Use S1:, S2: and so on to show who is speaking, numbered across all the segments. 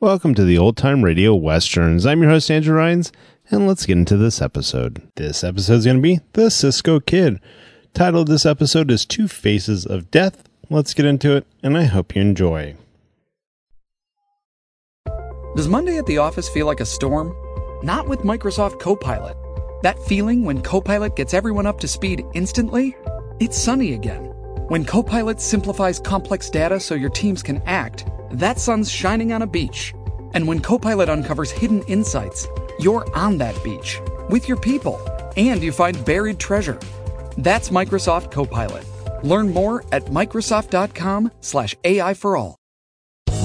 S1: Welcome to the Old Time Radio Westerns. I'm your host, Andrew Rhines, and let's get into this episode. This episode is going to be The Cisco Kid. Title of this episode is Two Faces of Death. Let's get into it, and I hope you enjoy.
S2: Does Monday at the office feel like a storm? Not with Microsoft Copilot. That feeling when Copilot gets everyone up to speed instantly? It's sunny again. When Copilot simplifies complex data so your teams can act, that sun's shining on a beach. And when Copilot uncovers hidden insights, you're on that beach with your people and you find buried treasure. That's Microsoft Copilot. Learn more at Microsoft.com/slash AI for all.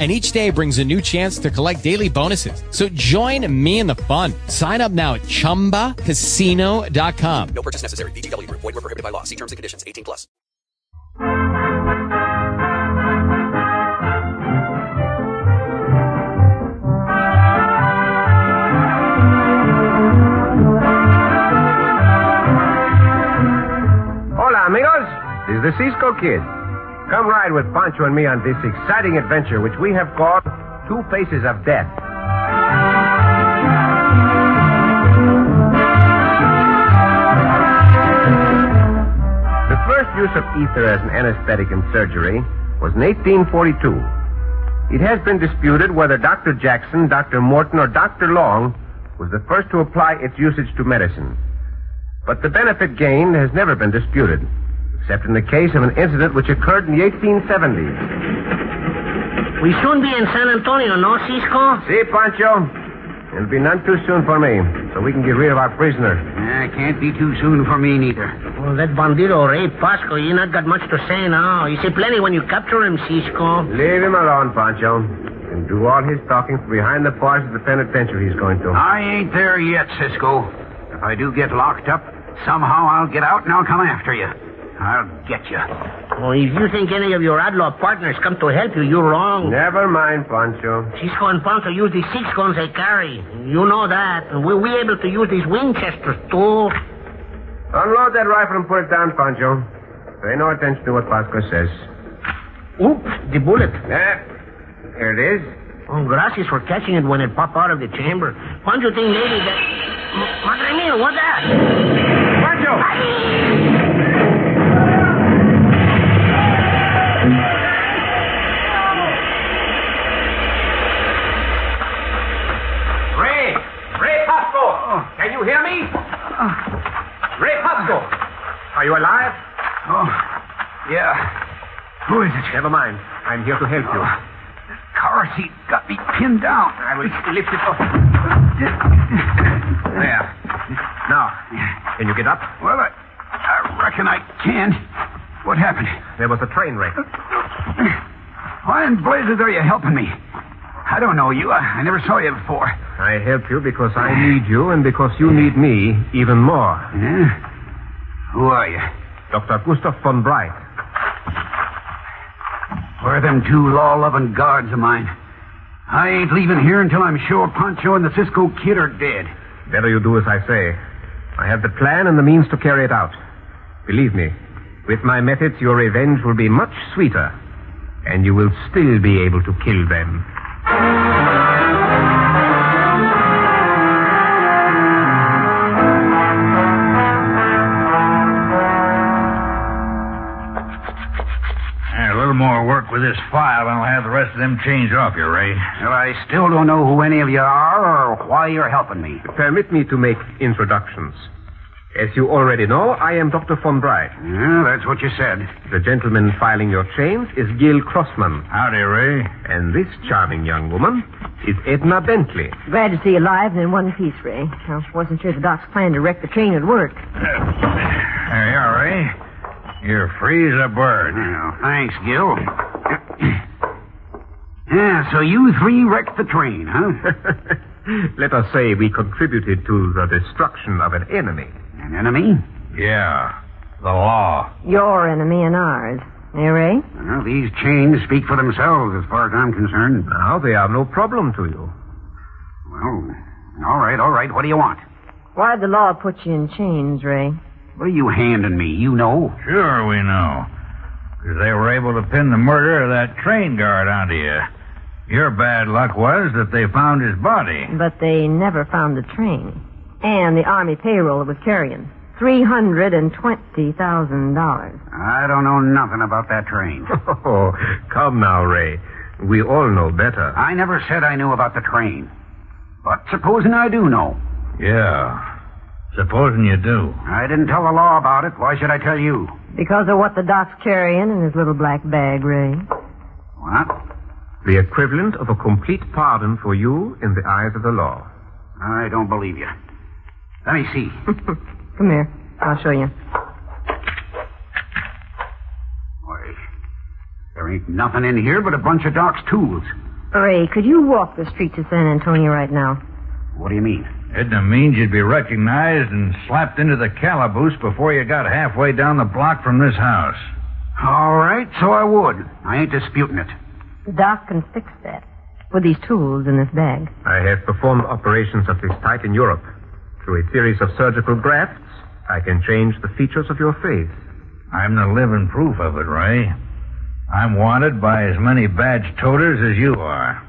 S3: and each day brings a new chance to collect daily bonuses. So join me in the fun. Sign up now at ChumbaCasino.com.
S4: No purchase necessary. BGW. Void were prohibited by law. See terms and conditions. 18 plus.
S5: Hola, amigos. This is the Cisco Kid. Come ride with Pancho and me on this exciting adventure, which we have called Two Faces of Death. The first use of ether as an anesthetic in surgery was in 1842. It has been disputed whether Dr. Jackson, Dr. Morton, or Dr. Long was the first to apply its usage to medicine. But the benefit gained has never been disputed, except in the case of an incident which occurred in the 1870s.
S6: We soon be in San Antonio, no, Cisco?
S5: See, Pancho, it'll be none too soon for me, so we can get rid of our prisoner.
S6: Yeah, can't be too soon for me neither. Well, that bandito Ray Pasco, you not got much to say now. You say plenty when you capture him, Cisco.
S5: Leave him alone, Pancho. And do all his talking from behind the bars of the penitentiary he's going to.
S6: I ain't there yet, Cisco. If I do get locked up, somehow I'll get out and I'll come after you. I'll get you. Well, if you think any of your outlaw partners come to help you, you're wrong.
S5: Never mind, Pancho.
S6: Cisco and Ponto use the six guns they carry. You know that. And we'll be able to use these Winchesters, too.
S5: Unload that rifle and put it down, Pancho. Pay no attention to what Pasco says.
S6: Oops, the bullet.
S5: There. Here it is.
S6: Oh, gracias for catching it when it popped out of the chamber. Poncho think maybe that... M- Madre mia, what that?
S5: Pancho!
S4: Ray! Ray Pasco!
S6: Oh.
S4: Can you hear me? Ray Pasco!
S5: Are you alive?
S6: Oh, yeah. Who is it? Oh.
S5: Never mind. I'm here to help you.
S6: Cars.
S7: He got me pinned down. I was lifted up. There. Now, can you get up? Well, I, I reckon I can. What happened?
S5: There was a train wreck.
S7: Why in blazes are you helping me? I don't know you. I, I never saw you before.
S5: I help you because I need you and because you need me even more.
S7: Who are you?
S5: Dr. Gustav von Breit.
S7: Where are them two law loving guards of mine? I ain't leaving here until I'm sure Pancho and the Cisco kid are dead.
S5: Better you do as I say. I have the plan and the means to carry it out. Believe me, with my methods, your revenge will be much sweeter, and you will still be able to kill them.
S8: Yeah, a little more work with this file, and I'll have the rest of them changed off you, Ray.
S9: Well, I still don't know who any of you are or why you're helping me.
S5: Permit me to make introductions. As you already know, I am Dr. von Breit.
S9: Yeah, that's what you said.
S5: The gentleman filing your chains is Gil Crossman.
S8: Howdy, Ray.
S5: And this charming young woman is Edna Bentley.
S10: Glad to see you alive and in one piece, Ray. I wasn't sure the doc's plan to wreck the train would work.
S8: There you are, Ray. You're free as a bird.
S9: thanks, Gil. Yeah, so you three wrecked the train, huh?
S5: Let us say we contributed to the destruction of an enemy.
S9: An enemy?
S8: Yeah, the law.
S10: Your enemy and ours. Eh, Ray?
S9: Well, these chains speak for themselves as far as I'm concerned.
S5: Now they are no problem to you.
S9: Well, all right, all right. What do you want?
S10: Why'd the law put you in chains, Ray?
S9: What are you handing me? You know.
S8: Sure, we know. 'Cause they were able to pin the murder of that train guard onto you. Your bad luck was that they found his body.
S10: But they never found the train. And the army payroll it was carrying. Three hundred and twenty thousand dollars.
S9: I don't know nothing about that train.
S5: Oh, come now, Ray. We all know better.
S9: I never said I knew about the train. But supposing I do know.
S8: Yeah. Supposing you do.
S9: I didn't tell the law about it. Why should I tell you?
S10: Because of what the doc's carrying in his little black bag, Ray.
S9: What?
S5: The equivalent of a complete pardon for you in the eyes of the law.
S9: I don't believe you. Let me see.
S10: Come here. I'll show you.
S9: Why, there ain't nothing in here but a bunch of Doc's tools.
S10: Ray, could you walk the streets of San Antonio right now?
S9: What do you mean?
S8: Edna means you'd be recognized and slapped into the calaboose before you got halfway down the block from this house.
S9: All right, so I would. I ain't disputing it.
S10: The doc can fix that. With these tools in this bag.
S5: I have performed operations of this type in Europe. Through a series of surgical grafts, I can change the features of your face.
S8: I'm the living proof of it, Ray. I'm wanted by as many badge toters as you are.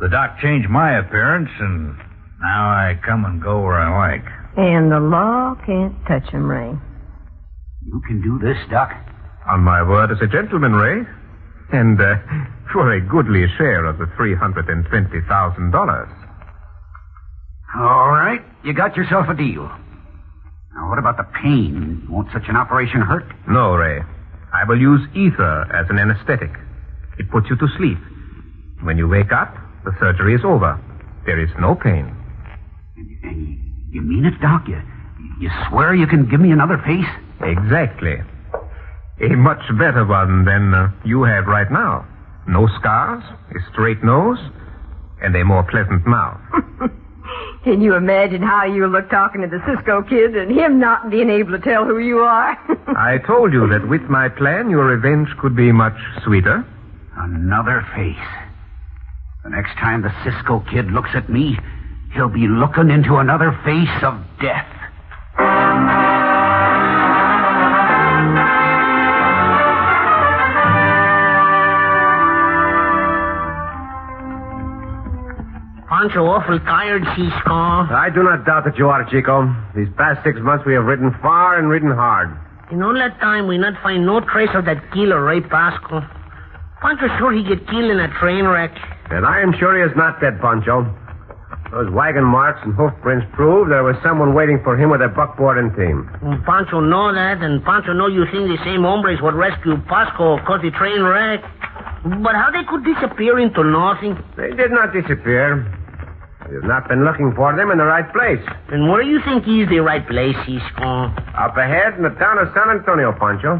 S8: The doc changed my appearance, and now I come and go where I like.
S10: And the law can't touch him, Ray.
S9: You can do this, Doc.
S5: On my word as a gentleman, Ray. And uh, for a goodly share of the $320,000.
S9: All right, you got yourself a deal. Now, what about the pain? Won't such an operation hurt?
S5: No, Ray. I will use ether as an anesthetic. It puts you to sleep. When you wake up, the surgery is over. There is no pain.
S9: And you, you mean it, Doc? You, you swear you can give me another face?
S5: Exactly. A much better one than uh, you have right now. No scars, a straight nose, and a more pleasant mouth.
S10: Can you imagine how you look talking to the Cisco kid and him not being able to tell who you are?
S5: I told you that with my plan, your revenge could be much sweeter.
S9: Another face. The next time the Cisco kid looks at me, he'll be looking into another face of death.
S11: Aren't you awful tired, Cisco?
S5: I do not doubt that you are, Chico. These past six months we have ridden far and ridden hard.
S11: In all that time, we not find no trace of that killer, Ray Pasco. Aren't you sure he get killed in a train wreck?
S5: And I am sure he is not dead, Pancho. Those wagon marks and hoof prints prove there was someone waiting for him with a buckboard and team.
S11: And Pancho know that, and Pancho know you think the same hombres would rescue Pasco cause the train wreck. But how they could disappear into nothing?
S5: They did not disappear. We've not been looking for them in the right place.
S11: And where do you think is the right place, Cisco?
S5: Up ahead in the town of San Antonio, Pancho.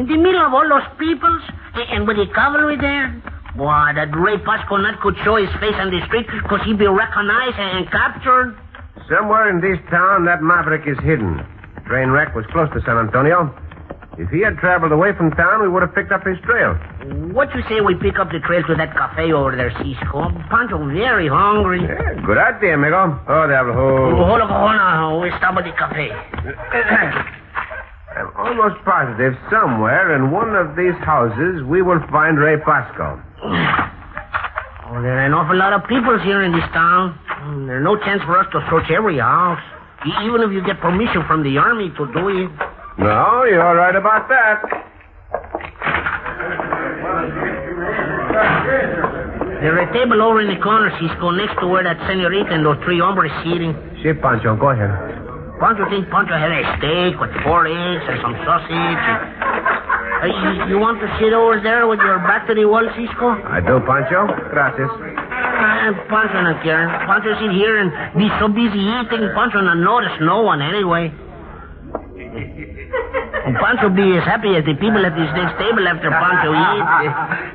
S11: In the middle of all those peoples? A- And with the cavalry there? Boy, that Ray Pasco not could show his face on the street because he'd be recognized and and captured.
S5: Somewhere in this town, that maverick is hidden. Train wreck was close to San Antonio. If he had traveled away from town, we would have picked up his trail.
S11: What you say we pick up the trail to that cafe over there, Cisco? Pancho very hungry.
S5: Good idea, amigo. Oh, devil.
S11: Oh,
S5: Oh.
S11: hold on, hold on. We stop at the cafe.
S5: I'm almost positive somewhere in one of these houses we will find Ray Pasco.
S11: Oh, there are an awful lot of peoples here in this town. Mm, There's no chance for us to search every house. E- Even if you get permission from the army to do it.
S5: No, you're right about that.
S11: There's a table over in the corner, Cisco, next to where that senorita and those three hombres sitting.
S5: Si, Pancho, go ahead.
S11: Pancho think Pancho had a steak with four eggs and some sausage. Uh, you, you want to sit over there with your back to the wall, Cisco?
S5: I do, Pancho. Gracias.
S11: Uh, Pancho not care. Pancho sit here and be so busy eating, Pancho not notice no one anyway. And Pancho be as happy as the people at this next table after Pancho eat.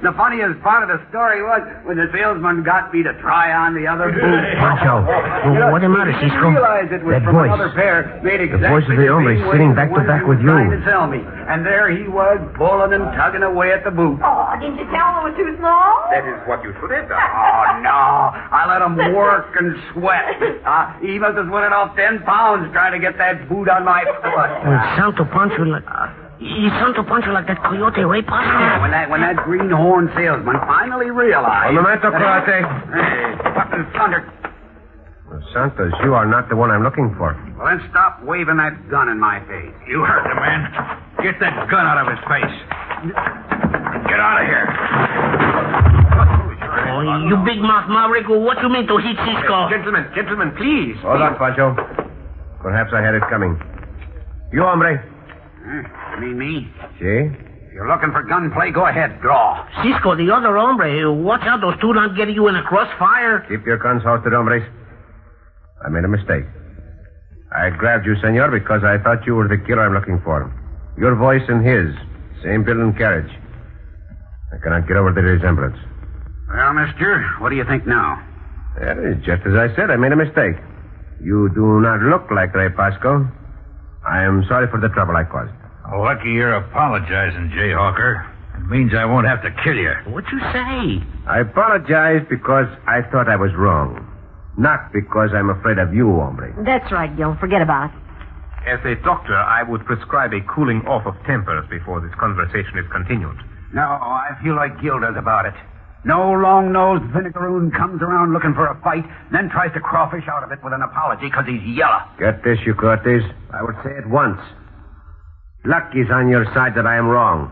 S9: the funniest part of the story was when the salesman got me to try on the other boot.
S5: Pancho,
S9: You
S5: what the matter,
S9: he
S5: Cisco?
S9: realized it was
S5: That
S9: from
S5: voice.
S9: another pair. Made
S5: The
S9: exactly
S5: voice of the hombre
S9: same way
S5: sitting
S9: as
S5: back to
S9: one
S5: back
S9: he
S5: with
S9: was trying
S5: you.
S9: to sell me. And there he was, pulling and tugging away at the boot.
S10: Oh, didn't you tell them it was too small?
S9: That is what you should have done. Oh, no. I let him work and sweat. Uh, he must have sweated off 10 pounds trying to get that boot on my foot.
S11: Oh, it sound to Pancho like... It sound to Pancho like that coyote Ray Pasco.
S9: When that, when that greenhorn salesman finally realized...
S5: Momento, Croate.
S9: Hey, what the thunder?
S5: Santos, you are not the one I'm looking for.
S9: Well, then stop waving that gun in my face. You heard the man. Get that gun out of his face. Get out of here.
S11: Oh, you big mouth maverick, what you mean to hit Cisco?
S5: Gentlemen, gentlemen, please. Hold on, Pancho. Perhaps I had it coming. You, hombre.
S9: You mean me?
S5: See?
S9: If you're looking for gunplay, go ahead. Draw.
S11: Cisco, the other hombre, watch out those two not get you in a crossfire.
S5: Keep your guns hosted, hombres. I made a mistake. I grabbed you, senor, because I thought you were the killer I'm looking for. Your voice and his. Same build and carriage. I cannot get over the resemblance.
S9: Well, mister, what do you think now?
S5: That is just as I said. I made a mistake. You do not look like Ray Pasco. I am sorry for the trouble I caused.
S8: Lucky you're apologizing, Jayhawker. It means I won't have to kill you.
S11: What you say?
S5: I apologize because I thought I was wrong. Not because I'm afraid of you, hombre.
S12: That's right, Gil. Forget about it.
S5: As a
S9: Uh,
S5: doctor, I would prescribe a cooling off of tempers before this conversation is continued.
S9: No, I feel like Gil does about it. No long-nosed vinegaroon comes around looking for a fight, then tries to crawfish out of it with an apology because he's yellow.
S5: Get this, you Cortes. I will say it once. Luck is on your side that I am wrong.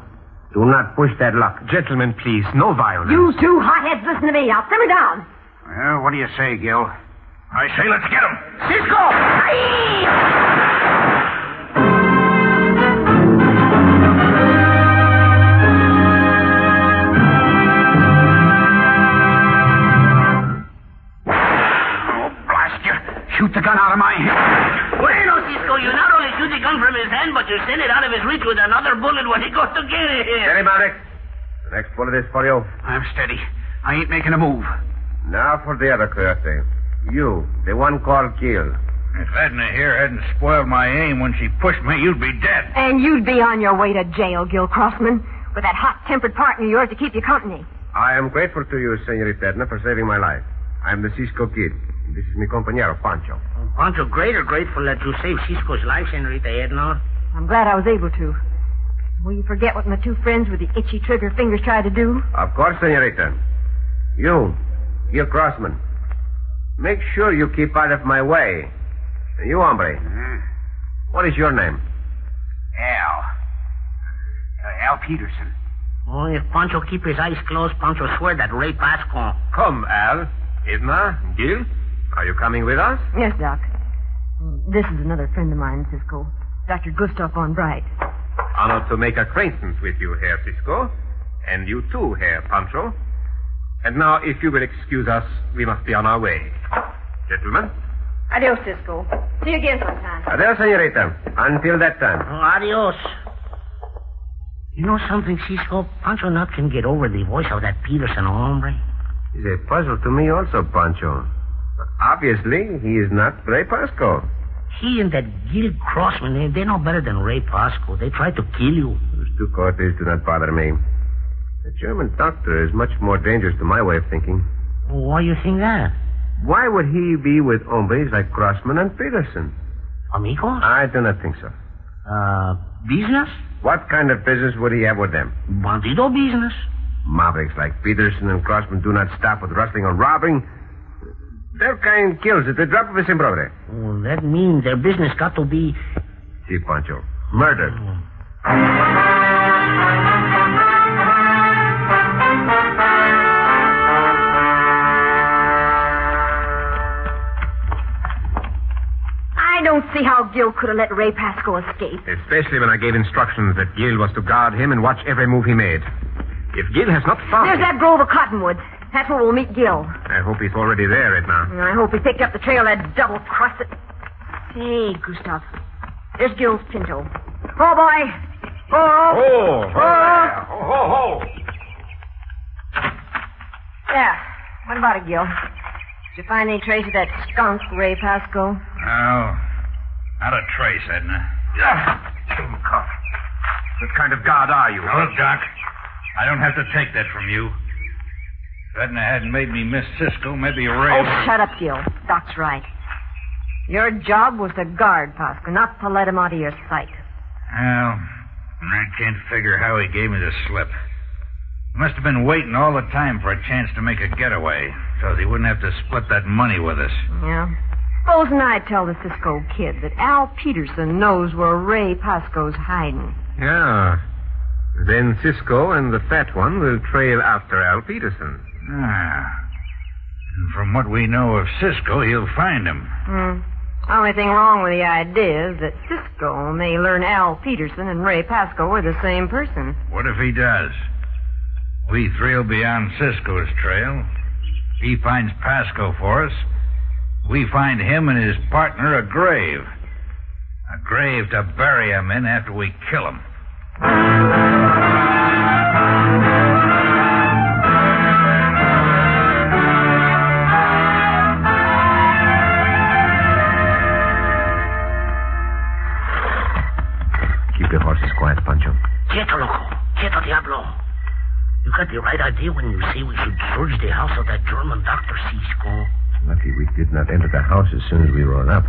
S5: Do not push that luck. Gentlemen, please, no violence.
S12: You two hotheads, listen to me. I'll simmer down.
S9: Well, what do you say, Gil? I say let's get him.
S11: Cisco!
S9: Blast you. Shoot the gun out of my hand.
S11: Bueno, Cisco, you not only shoot the gun from his hand, but you send it out of his reach with another bullet when he goes to get it.
S5: Steady, Maverick. The next bullet is for you.
S9: I'm steady. I ain't making a move.
S5: Now for the other Cortes. You, the one called Kiel.
S8: If Edna here hadn't spoiled my aim when she pushed me, you'd be dead.
S12: And you'd be on your way to jail, Oh, Gil Crossman, with that hot-tempered partner of yours to keep you company.
S5: I am grateful to you, Senorita Edna, for saving my life. I am the Cisco Kid. This is mi compañero, Pancho.
S11: Pancho, greater grateful that you saved Cisco's life, Senorita Edna.
S12: I'm glad I was able to. Will you forget what my two friends with the itchy trigger fingers tried to do?
S5: Of course, Senorita. You, Gil Crossman. Make sure you keep out of my way. And You, hombre. What is your name?
S9: Mm-hmm. Al. Uh, Al Peterson.
S11: Oh, if Pancho keep his eyes closed, Pancho swear that Ray Pasco.
S5: Come, Al. Edna, Gil, are you coming with us?
S12: Yes, Doc. This is another friend of mine, Cisco. Dr. Gustav von Bright.
S5: Honored to make acquaintance with you, Herr Cisco.
S13: And you too, Herr Pancho. And now, if you will excuse us, we must be on our way. Gentlemen?
S10: Adios, Cisco. See you again sometime.
S5: Adios, senorita. Until that time.
S11: Oh, adios. You know something, Cisco? Pancho not can get over the voice of that Peterson hombre.
S5: He's a puzzle to me also, Pancho. But obviously, he is not Ray Pasco.
S11: He and that Gil Crossman, they, they know better than Ray Pasco. They tried to kill you.
S5: Those two Cortes do not bother me. The German doctor is much more dangerous to my way of thinking.
S11: Why you think that?
S5: Why would he be with hombres like Crossman and Peterson?
S11: Amigos?
S5: I do not think so.
S11: Uh, business?
S5: What kind of business would he have with them?
S11: Bandido business.
S5: Mavericks like Peterson and Crossman do not stop with rustling or robbing. Their kind kills at the drop of a sombrero.
S11: Well, that means their business got to be.
S5: See, Pancho. Murder.
S10: I don't see how Gil could have let Ray Pasco escape.
S13: Especially when I gave instructions that Gil was to guard him and watch every move he made. If Gil has not found
S10: There's that grove of cottonwoods. That's where we'll meet Gil.
S13: I hope he's already there, Edna.
S10: And I hope he picked up the trail that double crossed it. Hey, Gustav. There's Gil's pinto. Oh, boy. Oh.
S13: Oh,
S10: Oh.
S13: Ho, ho, ho.
S10: Yeah. What about it, Gil? Did you find any trace of that skunk, Ray Pasco?
S8: No. Not a trace, Edna.
S9: Cuff. What kind of guard are you?
S8: Now, look, Doc. I don't have to take that from you. If Edna hadn't made me miss Cisco, maybe a rail.
S10: Oh, shut up, Gil. Doc's right. Your job was to guard Pasco, not to let him out of your sight.
S8: Well, I can't figure how he gave me the slip. He must have been waiting all the time for a chance to make a getaway, so he wouldn't have to split that money with us.
S10: Yeah. Rose and I tell the Cisco kid that Al Peterson knows where Ray Pasco's hiding.
S13: Yeah. Then Cisco and the fat one will trail after Al Peterson.
S8: Ah. And from what we know of Cisco, he'll find him.
S10: Hmm. Only thing wrong with the idea is that Cisco may learn Al Peterson and Ray Pasco were the same person.
S8: What if he does? We three'll be on Cisco's trail. He finds Pasco for us. We find him and his partner a grave. A grave to bury him in after we kill him.
S5: Keep your horses quiet, Pancho.
S11: Quieto, loco. Quieto, diablo. You got the right idea when you say we should search the house of that German doctor, Cisco.
S5: Lucky we did not enter the house as soon as we rode up.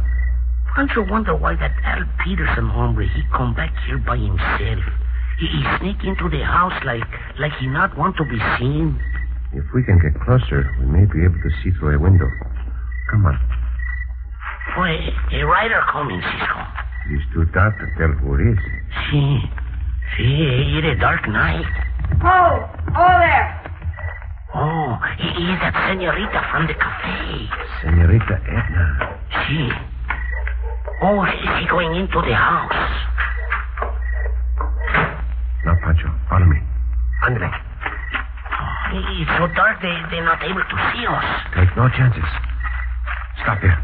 S11: Don't you wonder why that Al Peterson hombre, he come back here by himself? He, he sneak into the house like like he not want to be seen.
S5: If we can get closer, we may be able to see through a window. Come on.
S11: Boy, a rider coming, Cisco.
S5: It is too dark to tell who it is.
S11: See, see, it a dark night.
S10: Oh, oh there.
S11: Oh, he he is that senorita from the cafe.
S5: Senorita Edna.
S11: See. Oh, she, she going into the house.
S5: Now, Pancho, follow me. Andre,
S11: It- It's Oh, so dark they, they're not able to see us.
S5: take no chances. Stop here.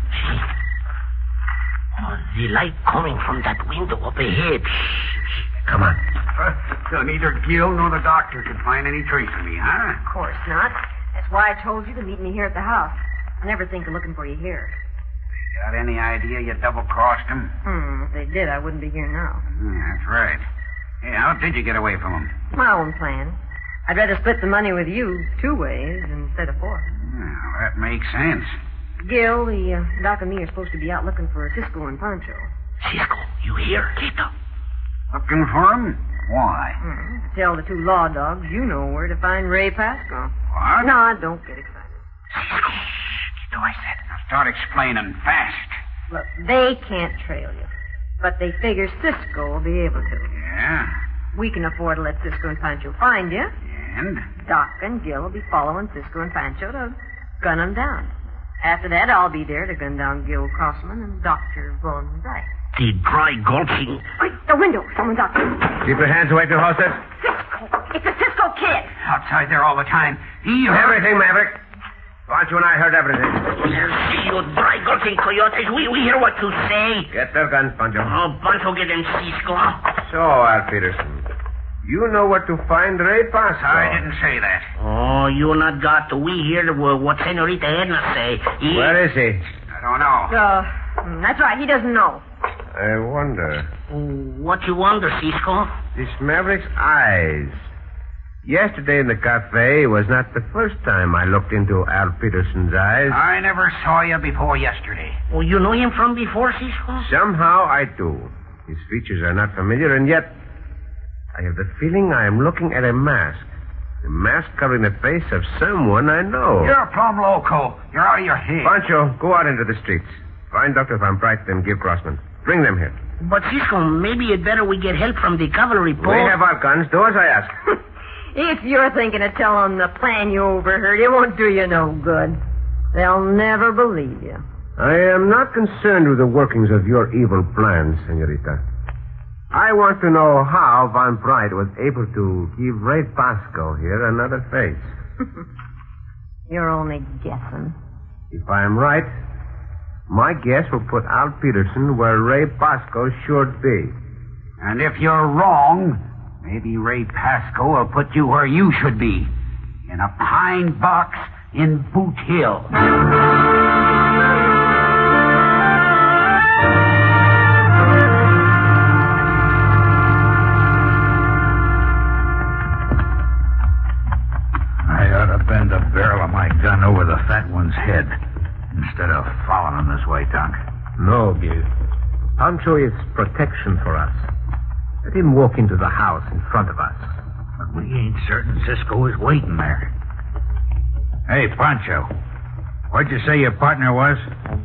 S11: Oh, the light coming from that window up ahead.
S5: Come on.
S9: So neither Gil nor the doctor could find any trace of me, huh?
S10: Of course not. That's why I told you to meet me here at the house. I never think of looking for you here.
S9: Got any idea you double crossed him?
S10: Hmm, if they did, I wouldn't be here now.
S9: Hmm, that's right. Hey, how did you get away from him?
S10: My own plan. I'd rather split the money with you two ways instead of four.
S9: Well, that makes sense.
S10: Gil, the uh, doc and me are supposed to be out looking for Cisco and Pancho.
S11: Cisco, you hear? Quieto.
S9: Looking for him? Why?
S10: Hmm, Tell the two law dogs you know where to find Ray Pasco.
S9: What?
S10: No, I don't get excited.
S9: Do I said? Now start explaining fast.
S10: Look, they can't trail you, but they figure Cisco will be able to.
S9: Yeah.
S10: We can afford to let Cisco and Pancho find you.
S9: And?
S10: Doc and Gil will be following Cisco and Pancho to gun 'em down. After that, I'll be there to gun down Gil Crossman and Dr. Von Dyke.
S11: The dry gulching.
S10: Wait, the window. Someone's out.
S5: Keep your hands away from horses.
S10: It's a Cisco Cisco Kid.
S6: Outside there all the time. He
S5: Everything, Maverick. Pancho and I heard everything.
S11: You dry gulching coyotes, we, we hear what you say.
S5: Get their guns, Pancho.
S11: Oh, Buncho, get them Cisco.
S5: So, Al Peterson, you know where to find Ray Pasco.
S11: I
S5: didn't say that.
S11: Oh, you not got to. We hear wha- what Senorita Edna say. He-
S5: Where is he?
S11: I don't know.
S12: Uh, mm, that's right. He doesn't know.
S5: I wonder.
S11: What you wonder, Cisco?
S5: This Maverick's eyes. Yesterday in the cafe was not the first time I looked into Al Peterson's eyes.
S9: I never saw you before yesterday.
S11: Well, Oh, you know him from before, Cisco?
S5: Somehow I do. His features are not familiar, and yet I have the feeling I am looking at a mask. A mask covering the face of someone I know.
S9: You're a plumb loco. You're out of your head.
S5: Pancho, go out into the streets. Find Dr. Van Bright and Gil Crossman. Bring them here.
S11: But, Cisco, maybe it better we get help from the cavalry
S5: We
S11: post.
S5: have our guns. Do as I ask.
S12: If you're thinking of telling them the plan you overheard, it won't do you no good. They'll never believe you.
S5: I am not concerned with the workings of your evil plans, senorita. I want to know how Von Bright was able to give Ray Pasco here another face.
S12: You're only guessing.
S5: If I am right, my guess will put Al Peterson where Ray Pasco should be.
S9: And if you're wrong, maybe Ray Pasco will put you where you should be. In a pine box in Boot Hill.
S8: I ought to bend the barrel of my gun over the fat one's head instead of following him this way, Doc.
S5: No, Bill. Pancho is protection for us. Let him walk into the house in front of us.
S8: But we ain't certain Cisco is waiting there. Hey, Pancho. What'd you say your partner was?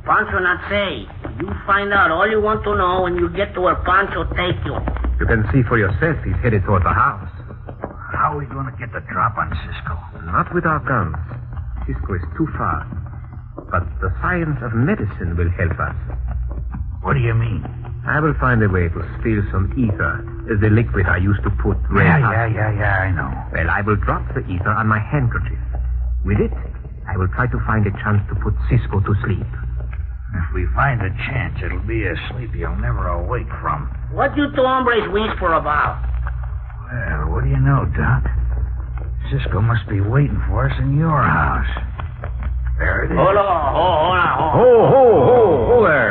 S11: Pancho not say. You find out all you want to know when you get to where Pancho take you.
S5: You can see for yourself he's headed toward the house.
S8: How are we going to get the drop on Cisco?
S5: Not with our guns. Cisco is too far. But the science of medicine will help us.
S8: What do you mean?
S5: I will find a way to steal some ether, uh, the liquid I used to put Ray
S8: yeah,
S5: up.
S8: yeah, yeah, yeah, I know.
S5: Well, I will drop the ether on my handkerchief. With it, I will try to find a chance to put Cisco to sleep.
S8: If we find a chance, it'll be a sleep you'll never awake from.
S11: What you two hombres whisper about?
S8: Well, what do you know, Doc? Cisco must be waiting for us in your house. There it is.
S11: Hold on, hold, hold on, hold on.
S8: Ho, ho, ho, ho there.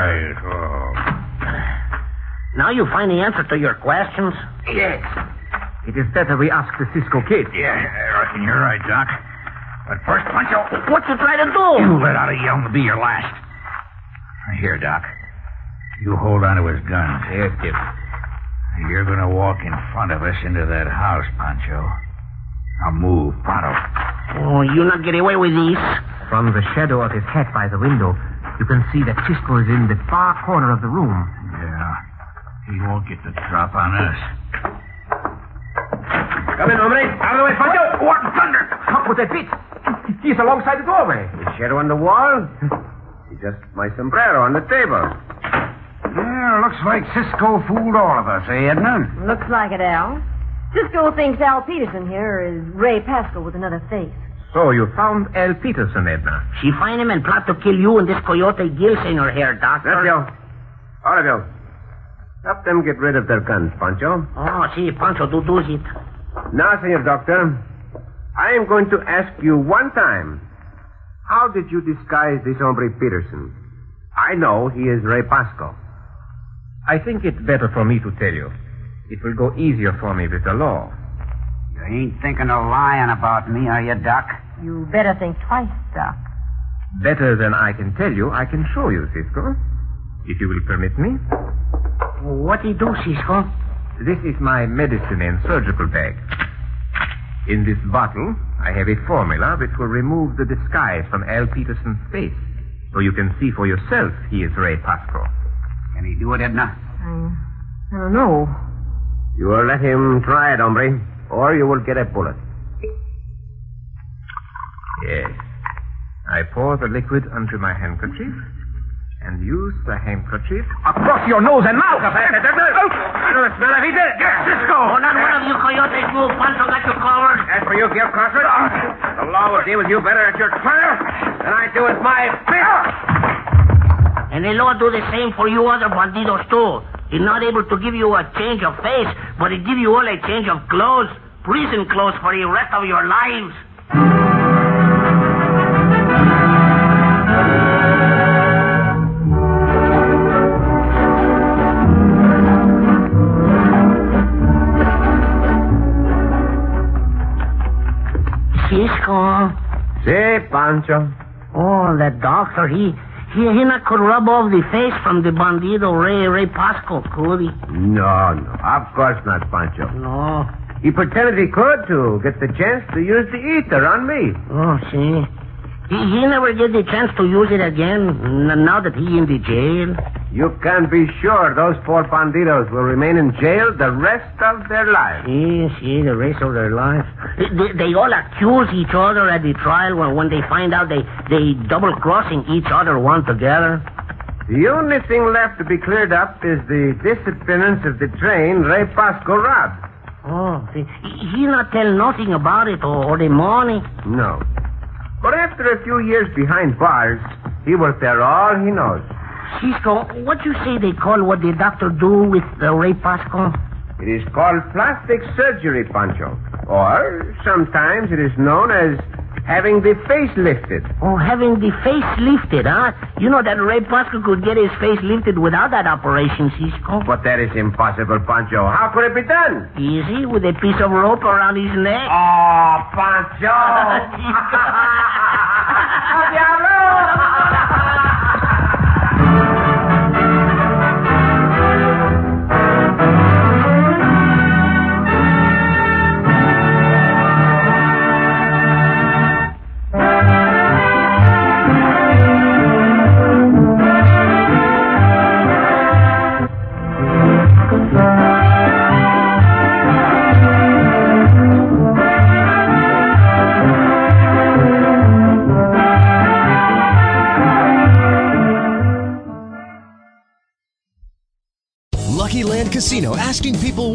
S11: Now you find the answer to your questions? Yes.
S5: It is better we ask the Cisco kid.
S8: Yeah, I reckon you're right, Doc. But first, Pancho,
S11: What you try to do?
S8: you let out a yell and be your last. Here, Doc. You hold on to his gun.
S5: Yes, Kip.
S8: You're going to walk in front of us into that house, Pancho. Now move, Pronto.
S11: Oh, you not get away with this.
S5: From the shadow of his hat by the window, you can see that Cisco is in the far corner of the room.
S8: Yeah. He won't get the drop on us.
S5: Come in, hombre. Out of the way, Pancho. What, thunder? Come with that bitch. He's alongside the doorway. The shadow on the wall? He just my sombrero on the table.
S9: Yeah, looks like Cisco fooled all of us, eh, Edna?
S12: Looks like it, Al. Cisco thinks Al Peterson here is Ray Pascal with another face.
S5: So Oh, you found L. Peterson, Edna.
S11: She find him and plot to kill you and this coyote Gills in her hair, Doctor.
S5: Sergio. All of you. Help them get rid of their guns, Pancho.
S11: Oh, see, Pancho, do do it.
S5: Now, senor doctor, I am going to ask you one time. How did you disguise this hombre Peterson? I know he is Ray Pasco. I think it's better for me to tell you. It will go easier for me with the law.
S9: You ain't thinking of lying about me, are you, Doc?
S12: You better think twice, Doc.
S5: Better than I can tell you, I can show you, Cisco. If you will permit me.
S11: What he do, Cisco?
S5: This is my medicine and surgical bag. In this bottle, I have a formula which will remove the disguise from Al Peterson's face, so you can see for yourself he is Ray Pasco.
S9: Can he do it, Edna?
S12: I, I don't know.
S5: You will let him try it, hombre, or you will get a bullet. Yes. I pour the liquid onto my handkerchief,
S13: And use the handkerchief.
S6: Across your nose and mouth!
S5: Oh!
S6: Cisco!
S11: Oh, not one of you coyotes move, Pancho got you covered.
S6: As for you, Gil Crossman, the law will deal with you better at your trial than I do with my fist.
S11: And the law do the same for you other bandidos too. He's not able to give you a change of face, but he give you all a change of clothes, prison clothes for the rest of your lives. Cisco.
S5: Say, Pancho.
S11: Oh, that doctor, he, he, he not could rub off the face from the bandido Ray, Ray Pasco, could he?
S5: No, no, of course not, Pancho.
S11: No.
S5: He pretended he could to get the chance to use the ether on me.
S11: Oh, see. He, he never get the chance to use it again, n- now that he in the jail.
S5: You can be sure those poor banditos will remain in jail the rest of their lives.
S11: See, see, the rest of their lives. They, they all accuse each other at the trial when, when they find out they, they double-crossing each other one together.
S5: The only thing left to be cleared up is the disappearance of the train Ray Pasco robbed.
S11: Oh, see, he, he not tell nothing about it or, or the money.
S5: No. But after a few years behind bars, he was there all he knows.
S11: Cisco, what you say they call what the doctor do with the Ray Pasco?
S5: It is called plastic surgery, Pancho. Or sometimes it is known as having the face lifted.
S11: Oh, having the face lifted, huh? You know that Ray Pasco could get his face lifted without that operation, Cisco.
S5: But that is impossible, Pancho. How could it be done?
S11: Easy, with a piece of rope around his neck.
S5: Oh, Pancho!
S14: Lucky Land Casino asking people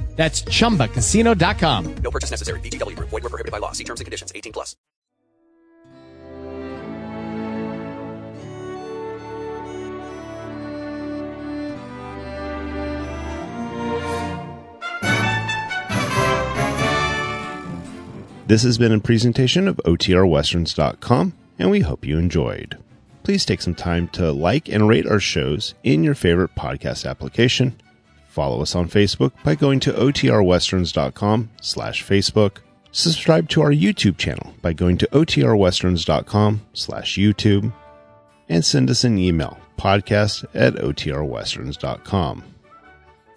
S3: That's chumbacasino.com.
S15: No purchase necessary. BGW. Void were prohibited by law. See terms and conditions. 18 plus.
S1: This has been a presentation of OTRWesterns.com, and we hope you enjoyed. Please take some time to like and rate our shows in your favorite podcast application. Follow us on Facebook by going to OTRWesterns.com slash Facebook. Subscribe to our YouTube channel by going to OTRWesterns.com slash YouTube. And send us an email, podcast at OTRWesterns.com.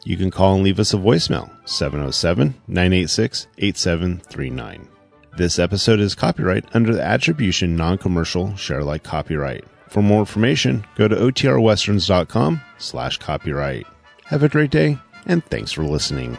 S1: You can call and leave us a voicemail, 707 986 8739. This episode is copyright under the attribution non commercial share alike copyright. For more information, go to otrwesterns.com slash copyright. Have a great day, and thanks for listening.